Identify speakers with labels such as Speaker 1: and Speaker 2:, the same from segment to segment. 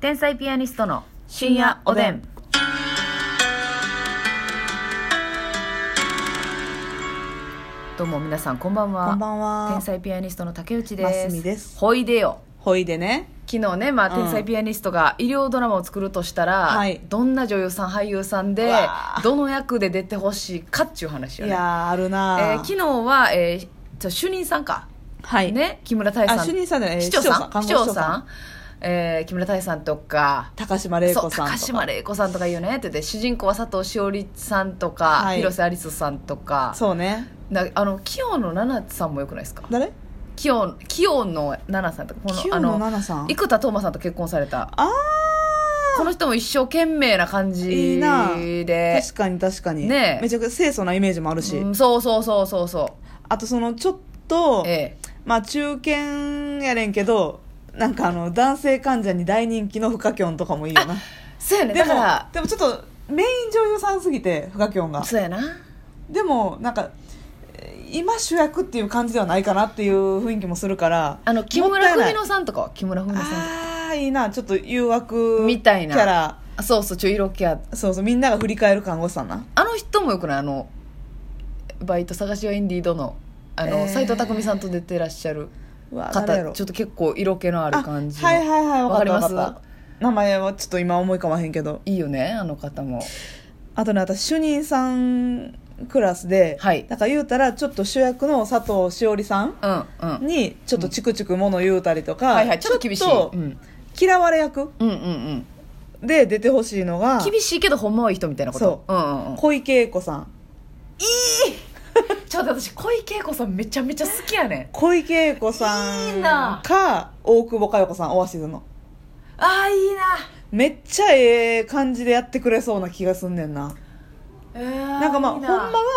Speaker 1: 天才ピアニストの
Speaker 2: 深夜おでん
Speaker 1: どうも皆さんこんばんは
Speaker 2: こんばんは
Speaker 1: 天才ピアニストの竹内です
Speaker 2: ますみです
Speaker 1: ほいでよ
Speaker 2: ほいでね
Speaker 1: 昨日ね、まあ、
Speaker 2: うん
Speaker 1: 天才ピアニストが医療ドラマを作るとしたら、
Speaker 2: はい
Speaker 1: どんな女優さん俳優さんで
Speaker 2: うわー
Speaker 1: どの役で出てほしいかっていう話
Speaker 2: い
Speaker 1: よね、
Speaker 2: やーある
Speaker 1: え
Speaker 2: な
Speaker 1: ー
Speaker 2: ー、
Speaker 1: 昨日は、えーちょ主任さんか、
Speaker 2: はい
Speaker 1: ね木村多江さん
Speaker 2: あ主任さんじゃない
Speaker 1: 市長さん
Speaker 2: 市長さん看
Speaker 1: 市
Speaker 2: 護
Speaker 1: 長
Speaker 2: 師
Speaker 1: さ
Speaker 2: 長さ
Speaker 1: んえー木村多江さんとか
Speaker 2: 高島玲子さんと
Speaker 1: そう
Speaker 2: か
Speaker 1: 高島玲子さんとか言うねって言って主人公は佐藤栞里さんとか、
Speaker 2: はい
Speaker 1: 広瀬アリスさんとか
Speaker 2: そうね
Speaker 1: なあの清野菜名さんもよくないですか
Speaker 2: 誰
Speaker 1: 清清野菜名さんとかこ
Speaker 2: 清
Speaker 1: あ
Speaker 2: 野菜名さん
Speaker 1: 生田斗真さんと結婚された
Speaker 2: あ
Speaker 1: この人も一生懸命な感じで
Speaker 2: いいなー確かに確かに
Speaker 1: ねえ
Speaker 2: めちゃくちゃ清楚なイメージもあるし、
Speaker 1: うんそうそうそうそうそう
Speaker 2: あとそのちょっと、
Speaker 1: ええ
Speaker 2: まあ中堅やねんけどなんかあの男性患者に大人気のフカキョンとかもいいよな
Speaker 1: そうやね
Speaker 2: で
Speaker 1: だ
Speaker 2: も
Speaker 1: か
Speaker 2: でもちょっとメイン女優さんすぎてフカキョンが
Speaker 1: らそうやな
Speaker 2: でもなんかえー今主役っていう感じではないかなっていう雰囲気もするから
Speaker 1: あの木
Speaker 2: もっ
Speaker 1: 村
Speaker 2: たいない
Speaker 1: 文乃さんとかは木村文乃さんとか
Speaker 2: ああいいなちょっと誘惑
Speaker 1: みたいな
Speaker 2: キャラ
Speaker 1: あそうそうちょ色気あって
Speaker 2: そうそうみんなが振り返る看護師さんな
Speaker 1: あの人もよくないあのバイト探しはインディードのあ
Speaker 2: え
Speaker 1: の
Speaker 2: ー
Speaker 1: 斎、藤工さんと出てらっしゃる
Speaker 2: うわ誰や
Speaker 1: 方
Speaker 2: ろ
Speaker 1: ちょっと結構色気のある感じの
Speaker 2: はいはいはいわかり
Speaker 1: わ
Speaker 2: ま
Speaker 1: か
Speaker 2: す
Speaker 1: ります
Speaker 2: 名前はちょっと今思い浮かばへんけど
Speaker 1: いいよねあの方も
Speaker 2: あとね私主任さんクラスで、
Speaker 1: はい
Speaker 2: だから言うたらちょっと主役の佐藤しおりさん
Speaker 1: うんうん
Speaker 2: にちょっとチクチクもの言うたりとか、
Speaker 1: はいはいちょっと厳しい、
Speaker 2: ちょっ
Speaker 1: う
Speaker 2: と
Speaker 1: ん、
Speaker 2: 嫌われ役
Speaker 1: うんうんうん
Speaker 2: で出てほしいのが
Speaker 1: 厳しいけどほんまはいい人みたいなこと
Speaker 2: そ
Speaker 1: うんうんうん
Speaker 2: 小池栄子さん
Speaker 1: ちょっと私小池恵子さんめちゃめちゃ好きやねん
Speaker 2: 小池栄子さ
Speaker 1: いいなん
Speaker 2: か大久保佳代子さんオアシズの
Speaker 1: ああいいな
Speaker 2: めっちゃええ感じでやってくれそうな気がすんねんな
Speaker 1: な
Speaker 2: なんかまあほんま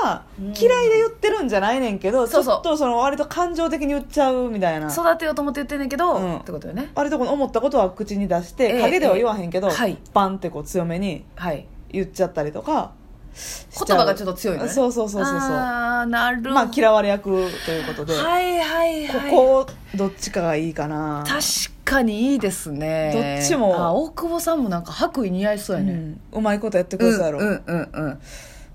Speaker 2: は
Speaker 1: うん
Speaker 2: 嫌いで言ってるんじゃないねんけどち
Speaker 1: そ
Speaker 2: ょ
Speaker 1: うそう
Speaker 2: っとその割と感情的に言っちゃうみたいな
Speaker 1: 育てようと思って言ってんねんけど、
Speaker 2: うん
Speaker 1: ってことよね
Speaker 2: 割とこの思ったことは口に出して、
Speaker 1: ええ
Speaker 2: 陰では言わへんけど、
Speaker 1: ええはい
Speaker 2: バンってこう強めに
Speaker 1: はい
Speaker 2: 言っちゃったりとか
Speaker 1: 言葉がちょっと強いのね
Speaker 2: そうそうそうそうそう
Speaker 1: ああなるほど
Speaker 2: まあ嫌われ役ということで、
Speaker 1: はいはいはい
Speaker 2: ここどっちかがいいかな
Speaker 1: 確かにいいですね
Speaker 2: どっちも
Speaker 1: あ大久保さんもなんか白衣似合いそうや
Speaker 2: う
Speaker 1: ね、
Speaker 2: んうまいことやってくれそうやろ、
Speaker 1: うんうんうんうん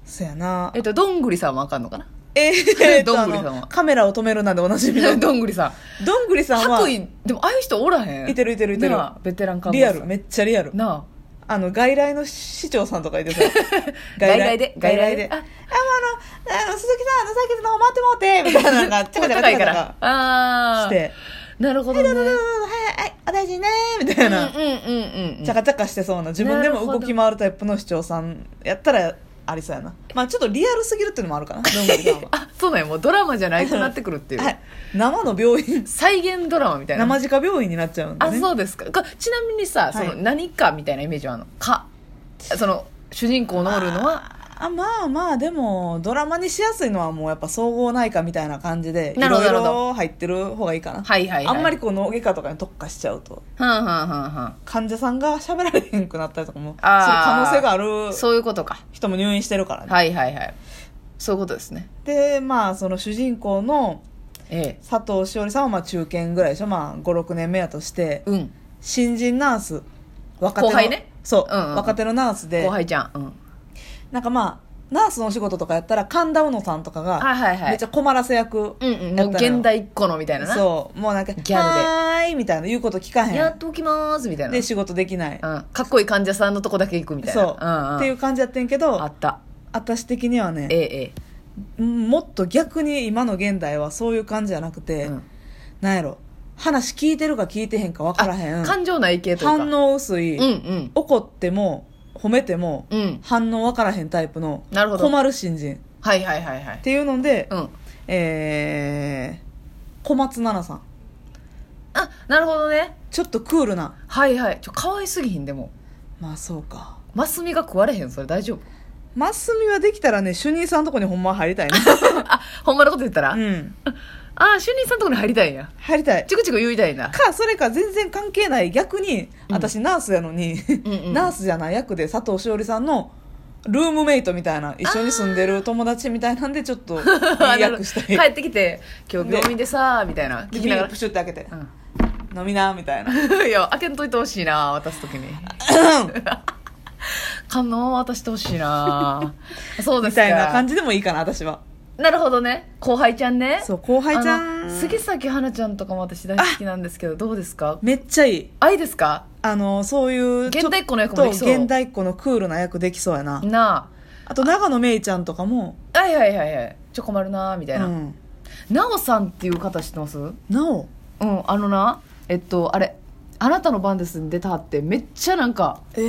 Speaker 2: そやな
Speaker 1: えっとどんぐりさんはあかんのかな
Speaker 2: えー、っと
Speaker 1: ど
Speaker 2: あ
Speaker 1: んぐりさんは
Speaker 2: のカメラを止めるなんでおなじみの
Speaker 1: どんぐりさん
Speaker 2: どんぐりさん
Speaker 1: 白
Speaker 2: は
Speaker 1: 衣でもああいう人おらへん
Speaker 2: いてるいてるいてる
Speaker 1: なあベテラン看護師
Speaker 2: リ
Speaker 1: さ
Speaker 2: ア
Speaker 1: ん
Speaker 2: ルめっちゃリアル
Speaker 1: な
Speaker 2: あの外来の市長さんとかい てさ
Speaker 1: あ外来で
Speaker 2: 外来で
Speaker 1: あ
Speaker 2: ああのあの鈴木さんあのさっきの方回って もうてみたいなのがちゃかちゃかちゃかちゃ
Speaker 1: ら
Speaker 2: か
Speaker 1: ああ
Speaker 2: して
Speaker 1: なるほどねうん
Speaker 2: 「う
Speaker 1: うんん
Speaker 2: うんうんはいはいお大事にね」みたいな、
Speaker 1: うんうん
Speaker 2: ちゃかちゃかしてそうな自分で
Speaker 1: なる
Speaker 2: も
Speaker 1: ほど
Speaker 2: 動き回るタイプの市長さんやったらありそうやなまあちょっとリアルすぎるっていうのもあるかなどんぐりさん は
Speaker 1: あそうなんやもうドラマじゃないくなってくるっていう、
Speaker 2: はい生の病院
Speaker 1: 再現ドラマみたいな
Speaker 2: 生近病院になっちゃうんだ
Speaker 1: あ
Speaker 2: ね
Speaker 1: そうですかかちなみにさその
Speaker 2: はい
Speaker 1: 何かみたいなイメージはあんのかその主人公のおるのは
Speaker 2: あまあまあでもドラマにしやすいのはもうやっぱ総合内科みたいな感じでい
Speaker 1: なるほ
Speaker 2: ろ
Speaker 1: ど
Speaker 2: い
Speaker 1: なるほど
Speaker 2: ろ入ってる方がいいかな、
Speaker 1: はいはいはい
Speaker 2: あんまりこう脳外科とかに特化しちゃうと
Speaker 1: はんはんはんは
Speaker 2: 患者さんが喋られへんくなったりとかもそういう
Speaker 1: あ
Speaker 2: 可
Speaker 1: ー
Speaker 2: 能性があ
Speaker 1: ん
Speaker 2: る
Speaker 1: そういうことか
Speaker 2: 人も入院してるからね、
Speaker 1: はいはいはいそういうことですね
Speaker 2: でまあその主人公の
Speaker 1: ええ
Speaker 2: 佐藤しおりさんはまあ中堅ぐらいでしょ、まあ、56年目やとして
Speaker 1: うん
Speaker 2: 新人ナース若手の
Speaker 1: 後輩ね
Speaker 2: そう、
Speaker 1: うんうん
Speaker 2: 若手のナースで
Speaker 1: 後輩ちゃんうん
Speaker 2: なんかまあナースのお仕事とかやったら神田うのさんとかが
Speaker 1: はいはいはい
Speaker 2: めっちゃ困らせ役
Speaker 1: うんうんもう
Speaker 2: やったのよ
Speaker 1: 現代っ子のみたいなな
Speaker 2: そうもうなんか「
Speaker 1: ギャルで
Speaker 2: はーい」みたいな言うこと聞かへ
Speaker 1: やっ
Speaker 2: ん
Speaker 1: ときまーすみたいな
Speaker 2: で仕事できな
Speaker 1: う
Speaker 2: い、
Speaker 1: ん、かっこいい患者さんのとこだけ行くみたいな
Speaker 2: そう、
Speaker 1: んん、
Speaker 2: っていう感じやってんけ
Speaker 1: あ
Speaker 2: ど
Speaker 1: った
Speaker 2: 私的にはね
Speaker 1: ええ
Speaker 2: もっと逆に今の現代はそういう感じじゃなく
Speaker 1: ええ、
Speaker 2: て、
Speaker 1: うん
Speaker 2: なんやろ話聞いてるか聞いてへんか分からへん
Speaker 1: 感情内系というか
Speaker 2: 反応薄い、
Speaker 1: うんうん
Speaker 2: 怒っても褒めても、
Speaker 1: うん
Speaker 2: 反応分からへんタイプの
Speaker 1: なるほど
Speaker 2: 困る新人っ
Speaker 1: はいはいはいはい
Speaker 2: ていうので、
Speaker 1: うん
Speaker 2: えー、小松菜奈さん
Speaker 1: あなるほどね
Speaker 2: ちょっとクールな
Speaker 1: はいはいちょ可愛すぎひんでも
Speaker 2: まあそうか
Speaker 1: マスミが食われへんそれ大丈夫
Speaker 2: マスミはできたらね主任さんのとこにほんまは入りたい ね
Speaker 1: あほんまのこと言ったら、
Speaker 2: うん
Speaker 1: ああ主任さんとこに入りたいんや
Speaker 2: 入りたい
Speaker 1: チクチク言いたい な
Speaker 2: かそれか全然関係ない逆に
Speaker 1: うん
Speaker 2: 私ナースやのに、
Speaker 1: うんうん
Speaker 2: ナースじゃない役で佐藤しおりさんのルームメイトみたいな一緒に住んでる友達みたいなんでちょっ といい役したい
Speaker 1: 帰ってきて今日病院でさみたいな
Speaker 2: で
Speaker 1: 聞き
Speaker 2: ビ
Speaker 1: な
Speaker 2: ー
Speaker 1: が
Speaker 2: ル
Speaker 1: ら
Speaker 2: プシュって開けて
Speaker 1: うん
Speaker 2: 飲みなみたい な
Speaker 1: いや開けんといてほしいな渡す時に観音渡してほしい なそうで
Speaker 2: み
Speaker 1: すか
Speaker 2: たいな感じでもいいかな私は
Speaker 1: なるほどね後輩ちゃんね
Speaker 2: そう後輩ちゃ
Speaker 1: あの
Speaker 2: ん
Speaker 1: 杉咲花ちゃんとかも私大好きなんですけどどうですか
Speaker 2: めっちゃいい
Speaker 1: 愛ですか
Speaker 2: あのそういう
Speaker 1: 現代っ子の役
Speaker 2: ちょ
Speaker 1: も
Speaker 2: っと
Speaker 1: できそう
Speaker 2: 現代っ子のクールな役できそうやな
Speaker 1: な
Speaker 2: あと長野めいちゃんとかも
Speaker 1: あはいはいはいはいちょこまるなーみた
Speaker 2: う
Speaker 1: いな、
Speaker 2: ん
Speaker 1: なおさんっていう方知ってますうん
Speaker 2: なお
Speaker 1: あのなえっとあれ「あなたの番です」に出たってめっちゃなんか
Speaker 2: え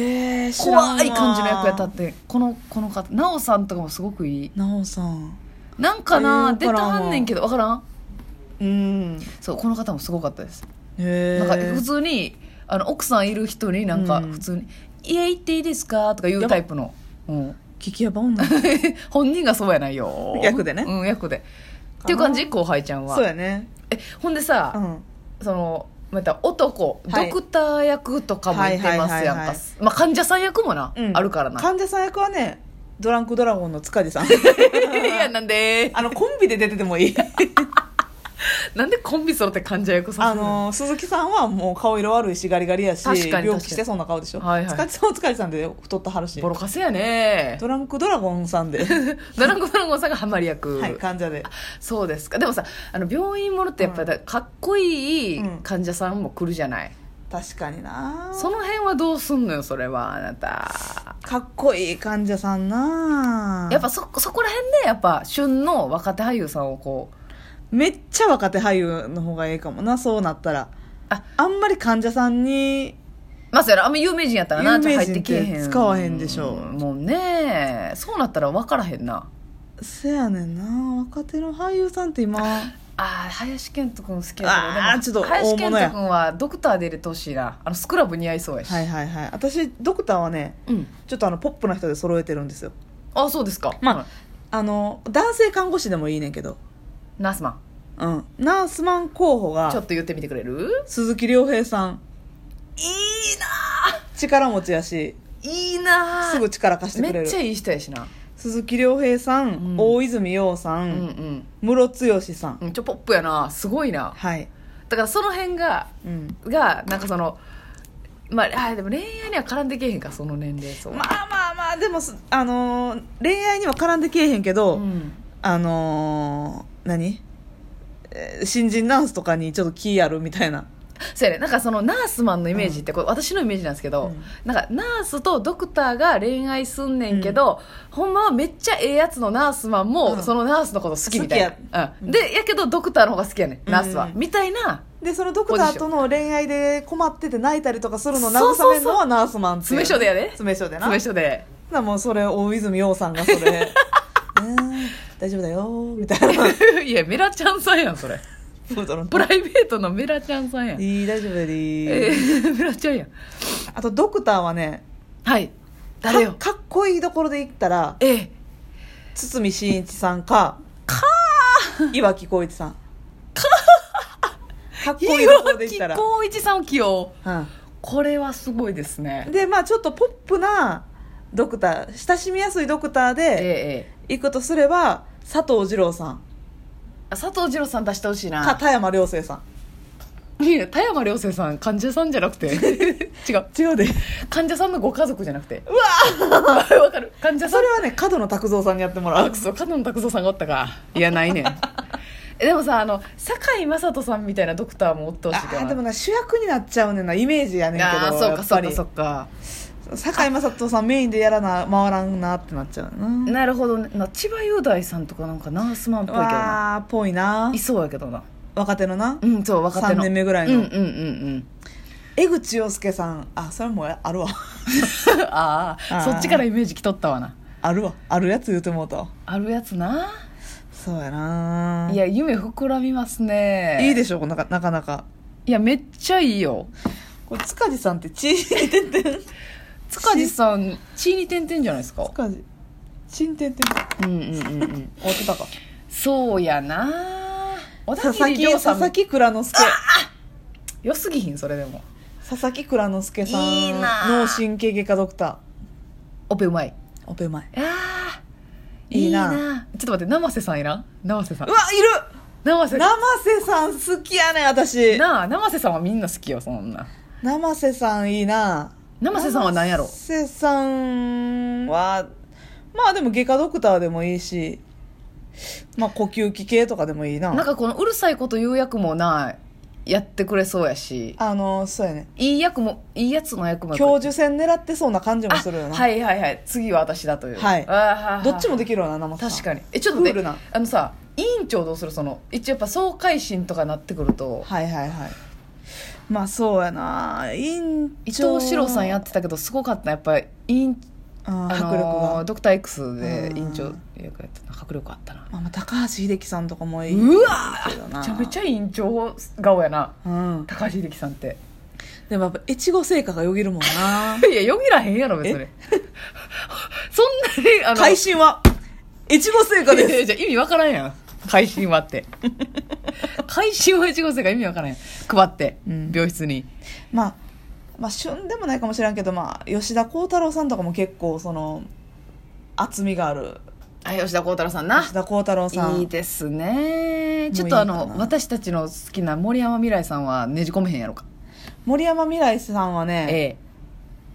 Speaker 2: ー、知らんわ
Speaker 1: 怖い感じの役やったってこのこの方なおさんとかもすごくいい
Speaker 2: なおさん
Speaker 1: なんかな、
Speaker 2: えー
Speaker 1: 出たはんねんけどわからん
Speaker 2: うん
Speaker 1: そうこの方もすごかったです、
Speaker 2: へえ
Speaker 1: なんか普通にあの奥さんいる人になんか
Speaker 2: うん
Speaker 1: 普通に「家行っていいですか?」とか言うタイプの、 うん、
Speaker 2: 聞きやば女
Speaker 1: 本人がそうやないよ
Speaker 2: 役でね
Speaker 1: うん役でっていう感じ後輩ちゃんは
Speaker 2: そうやね
Speaker 1: えほんでさ、
Speaker 2: うん
Speaker 1: そのまた男、
Speaker 2: はい
Speaker 1: ドクター役とかもいてますやんか、
Speaker 2: はいはいはいはい
Speaker 1: まあ、患者さん役もな、
Speaker 2: うん
Speaker 1: あるからな
Speaker 2: 患者さん役はねドランクドラゴンの塚 地さん
Speaker 1: いやなんで
Speaker 2: あのコンビで出ててもいい
Speaker 1: なんでコンビ揃って患者役さ
Speaker 2: あ
Speaker 1: せるの
Speaker 2: の鈴木さんはもう顔色悪いしガリガリやし
Speaker 1: 確かに確かに
Speaker 2: 病気してそうな顔でしょ、
Speaker 1: はいはい
Speaker 2: 塚地さんは塚地さんで太ったはるし
Speaker 1: ボロカスやね
Speaker 2: ドランクドラゴンさんで、
Speaker 1: ドランゴドラゴンさんがハマり役、
Speaker 2: はい、患者で
Speaker 1: そうですかでもさあの病院ものってやっぱりかっこいい
Speaker 2: うん
Speaker 1: 患者さんも来るじゃない、
Speaker 2: 確かにな
Speaker 1: その辺はどうすんのよそれはあなた
Speaker 2: かっこいい患者さんな
Speaker 1: やっぱそそこら辺でやっぱ旬の若手俳優さんをこう
Speaker 2: めっちゃ若手俳優の方がいいかもなそうなったら
Speaker 1: あ
Speaker 2: あんまり患者さんに
Speaker 1: まさやあんま有名人やったらなちょ
Speaker 2: 有
Speaker 1: っと
Speaker 2: 名
Speaker 1: 入っ
Speaker 2: 人
Speaker 1: て
Speaker 2: って
Speaker 1: けえへん
Speaker 2: 使わへんでしょ
Speaker 1: うんもうねそうなったら分からへんな
Speaker 2: せやねんな若手の俳優さんって今
Speaker 1: あー林遣都君好きやけど
Speaker 2: あー
Speaker 1: でも
Speaker 2: ちょっと
Speaker 1: 林
Speaker 2: 大
Speaker 1: 遣
Speaker 2: 物や
Speaker 1: 都君はドクターで入れてほしいなあのスクラブ似合いそうやし、
Speaker 2: はいはいはい私ドクターはね
Speaker 1: うん
Speaker 2: ちょっとあのポップな人で揃えてるんですよ
Speaker 1: あそうですか
Speaker 2: ま
Speaker 1: はい
Speaker 2: あの男性看護師でもいいねんけど、
Speaker 1: ナースマン
Speaker 2: うん、ナースマン候補
Speaker 1: ちょっ
Speaker 2: が
Speaker 1: と言ってみてくれる
Speaker 2: 鈴木亮平さん
Speaker 1: いいな
Speaker 2: 力持ちやし
Speaker 1: いいな
Speaker 2: すぐ力貸してくれ
Speaker 1: めっ
Speaker 2: る
Speaker 1: ちゃいい人やしな
Speaker 2: 鈴木亮平さん、
Speaker 1: うん
Speaker 2: 大泉洋さ、
Speaker 1: うんん
Speaker 2: ムロツヨシさん
Speaker 1: うんちょポップやなすごいな
Speaker 2: はい、
Speaker 1: だからその辺が
Speaker 2: うん、
Speaker 1: がなんかそのまああーでも恋愛には絡んでけえへんかその年齢層
Speaker 2: まあまあまあでもすあのー恋愛には絡んでけえへんけ
Speaker 1: う
Speaker 2: ど、
Speaker 1: ん
Speaker 2: あのー何、えー新人ナースとかにちょっと気あるみたいな
Speaker 1: そうやねなんかそのナースマンのイメージってこれ私のイメージなんですけど、
Speaker 2: うん
Speaker 1: なんかナースとドクターが恋愛すんねんけど、ほんまはめっちゃええやつのナースマンも、
Speaker 2: うん
Speaker 1: そのナースのこと好きみたい
Speaker 2: 好き
Speaker 1: な、うん、でやけどドクターの方が好きやねんナースは、
Speaker 2: うん
Speaker 1: みたいな
Speaker 2: でそのドクターとの恋愛で困ってて泣いたりとかするのを
Speaker 1: そうそ
Speaker 2: 慰
Speaker 1: うそう
Speaker 2: めるのはナースマンってい
Speaker 1: 詰
Speaker 2: う
Speaker 1: め所でやで
Speaker 2: 詰め所でな
Speaker 1: 詰め所で
Speaker 2: なもうそれ大泉洋さんがそれねえ大丈夫だよーみたい な
Speaker 1: いやメラちゃんさんやんそれ
Speaker 2: プードルの
Speaker 1: プライベートのメラちゃんさんやん、え
Speaker 2: いい大丈夫だりー
Speaker 1: ー、メラちゃんやん
Speaker 2: あとドクターはね
Speaker 1: はい
Speaker 2: か
Speaker 1: 誰よ
Speaker 2: かっこいいところで言ったら
Speaker 1: ええ
Speaker 2: 堤真一さんか岩城浩一さんかっこいいところで言ったら、
Speaker 1: 光一さんを起用
Speaker 2: う
Speaker 1: これはすごいですね
Speaker 2: ん、でまあちょっとポップなドクター親しみやすいドクタ
Speaker 1: え
Speaker 2: ー
Speaker 1: え
Speaker 2: で
Speaker 1: ええ
Speaker 2: 行くとすれば佐藤二朗さん
Speaker 1: あ佐藤二朗さん出してほしいな
Speaker 2: か田山涼星さん
Speaker 1: いや田山涼星さん患者さんじゃな くて違う
Speaker 2: 違うで
Speaker 1: 患者さんのご家族じゃなくてうわ わかる患者さ
Speaker 2: そ
Speaker 1: ん
Speaker 2: れはね角野卓造さんにやってもら
Speaker 1: あ
Speaker 2: う
Speaker 1: くそ角野拓三さんがおったかいやないね んえでもさあの堺井雅人さんみたいなドクターもおってほしいけど
Speaker 2: あ
Speaker 1: な
Speaker 2: ーでもな主役になっちゃうねんなイメージやねんけど
Speaker 1: あーそう
Speaker 2: や
Speaker 1: か
Speaker 2: っ
Speaker 1: そ
Speaker 2: ぱ
Speaker 1: うか
Speaker 2: り
Speaker 1: そうか
Speaker 2: 堺雅人さんメインでやらな回らんなってなっちゃうな
Speaker 1: なるほどねな千葉雄大さんとかなんかナースマンっぽいけどな
Speaker 2: わーぽいない
Speaker 1: そうやけどな
Speaker 2: 若手のな
Speaker 1: うんそう若手の
Speaker 2: 3年目ぐらいの
Speaker 1: うんうんうんうん
Speaker 2: 江口洋介さんあそれもうあるわ
Speaker 1: ああ
Speaker 2: あー
Speaker 1: そっちからイメージきとったわな
Speaker 2: あるわあるやつ言うてもうたわ
Speaker 1: あるやつな
Speaker 2: そうやない
Speaker 1: や夢膨らみますね
Speaker 2: いいでしょなかなかなか
Speaker 1: いやめっちゃいいよ
Speaker 2: これ塚地さんってちんてんてん
Speaker 1: 塚地さん血に点々じゃないですか
Speaker 2: 塚地ちんてんてん
Speaker 1: うんうんうんうん
Speaker 2: 終わってたか
Speaker 1: そうやな小田
Speaker 2: 佐々
Speaker 1: 切
Speaker 2: 木
Speaker 1: 亮
Speaker 2: 佐
Speaker 1: さ
Speaker 2: 々
Speaker 1: ん
Speaker 2: 木蔵之介
Speaker 1: 良すぎひんそれでも
Speaker 2: 佐々木蔵之介さん
Speaker 1: いいな
Speaker 2: 脳神経外科ドクタ
Speaker 1: オペうまい
Speaker 2: ーオペうまい
Speaker 1: あー
Speaker 2: いいない
Speaker 1: ちょっと待って生瀬さんいらん生瀬さん
Speaker 2: うわいる
Speaker 1: 生瀬
Speaker 2: 生瀬さん好きやねん私
Speaker 1: なあ生瀬さんはみんな好きよそんな
Speaker 2: 生瀬さんいいな
Speaker 1: 生瀬さんは何やろ
Speaker 2: 生瀬さんはまあでも外科ドクターでもいいしまあ呼吸器系とかでもいいな
Speaker 1: なんかこのうるさいこと言う役もなやってくれそうやし
Speaker 2: あのそうやね
Speaker 1: いい役もいいやつの役も
Speaker 2: 教授選狙ってそうな感じも
Speaker 1: あ
Speaker 2: するよな、
Speaker 1: はいはいはい次は私だという
Speaker 2: はい
Speaker 1: あーはーはー
Speaker 2: どっちもできるよな生瀬さん
Speaker 1: 確かにえちょっとね
Speaker 2: クールな
Speaker 1: あのさ委員長どうするその一応やっぱ総会心とかなってくると
Speaker 2: はいはいはいまあそうやな院
Speaker 1: 伊
Speaker 2: 長
Speaker 1: 藤史郎さんやってたけどすごかったなやっぱり委員
Speaker 2: あー
Speaker 1: あ
Speaker 2: 迫
Speaker 1: の
Speaker 2: 力が、
Speaker 1: ドクター X で委員長
Speaker 2: うん
Speaker 1: 役やってた迫力あったな
Speaker 2: まあ、まあ高橋英樹さんとかもいいう
Speaker 1: わ
Speaker 2: けどな
Speaker 1: めちゃめちゃ委員長顔やな
Speaker 2: うん、
Speaker 1: 高橋英樹さん って
Speaker 2: でもやっぱ越後製菓がよぎるもん ない
Speaker 1: やよぎらへんやろ別に そんなにあの
Speaker 2: 会心は越後製菓
Speaker 1: いや
Speaker 2: で
Speaker 1: いや
Speaker 2: す
Speaker 1: いや意味わからんやん会心はって 会心は一号生が意味わからんやん配って、
Speaker 2: うん
Speaker 1: 病室に
Speaker 2: まあまあ旬でもないかもしれんけどまあ吉田鋼太郎さんとかも結構その厚みがある
Speaker 1: あ吉田鋼太郎さんな
Speaker 2: 吉田鋼太郎さん
Speaker 1: いいですねちょっ
Speaker 2: も
Speaker 1: と
Speaker 2: うい
Speaker 1: あ
Speaker 2: いかな
Speaker 1: の私たちの好きな森山未来さんはねじ込めへんやろか
Speaker 2: 森山未来さんはね
Speaker 1: え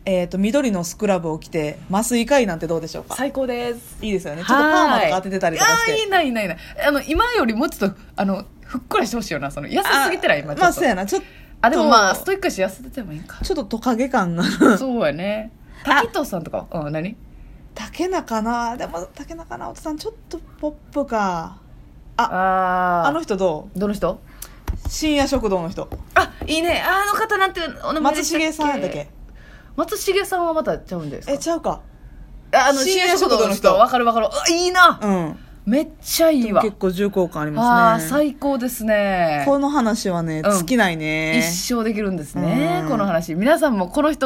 Speaker 1: え
Speaker 2: えーと緑のスクラブを着て麻酔科医なんてどうでしょうか
Speaker 1: 最高です
Speaker 2: いいですよねちょっとパーマとか当ててたりとかして
Speaker 1: ああーいいないいないいないあの今よりもうちょっとあのふっくらしてほしいよなその痩せすぎてない今ちょっと、
Speaker 2: まあそうやなちょっと
Speaker 1: あでもまあストイックやし痩せててもいいん か
Speaker 2: ちょっとトカゲ感が
Speaker 1: そうやね
Speaker 2: あ
Speaker 1: 滝藤さんとかはうん何
Speaker 2: 竹中なでも竹中直人さんちょっとポップかあ
Speaker 1: あ
Speaker 2: あの人ど
Speaker 1: どの人
Speaker 2: う深夜食堂の人
Speaker 1: あいいねあの方なんてお名前で
Speaker 2: 松
Speaker 1: したっ
Speaker 2: 重さんやったっけ
Speaker 1: 松重さんはまたちゃうんですか
Speaker 2: えちゃうか
Speaker 1: ああの
Speaker 2: 深
Speaker 1: 深
Speaker 2: 夜
Speaker 1: 夜食
Speaker 2: 食堂
Speaker 1: 堂
Speaker 2: の
Speaker 1: の
Speaker 2: 人
Speaker 1: 人わかるわかるあいいな、
Speaker 2: うん
Speaker 1: めっちゃいいわ
Speaker 2: 結構重厚感あり
Speaker 1: あ
Speaker 2: ま
Speaker 1: あ
Speaker 2: すね
Speaker 1: 最高ですね
Speaker 2: この話はね
Speaker 1: うん
Speaker 2: 尽きないね、
Speaker 1: 一生できるんですね
Speaker 2: うん
Speaker 1: この話皆さんもこの人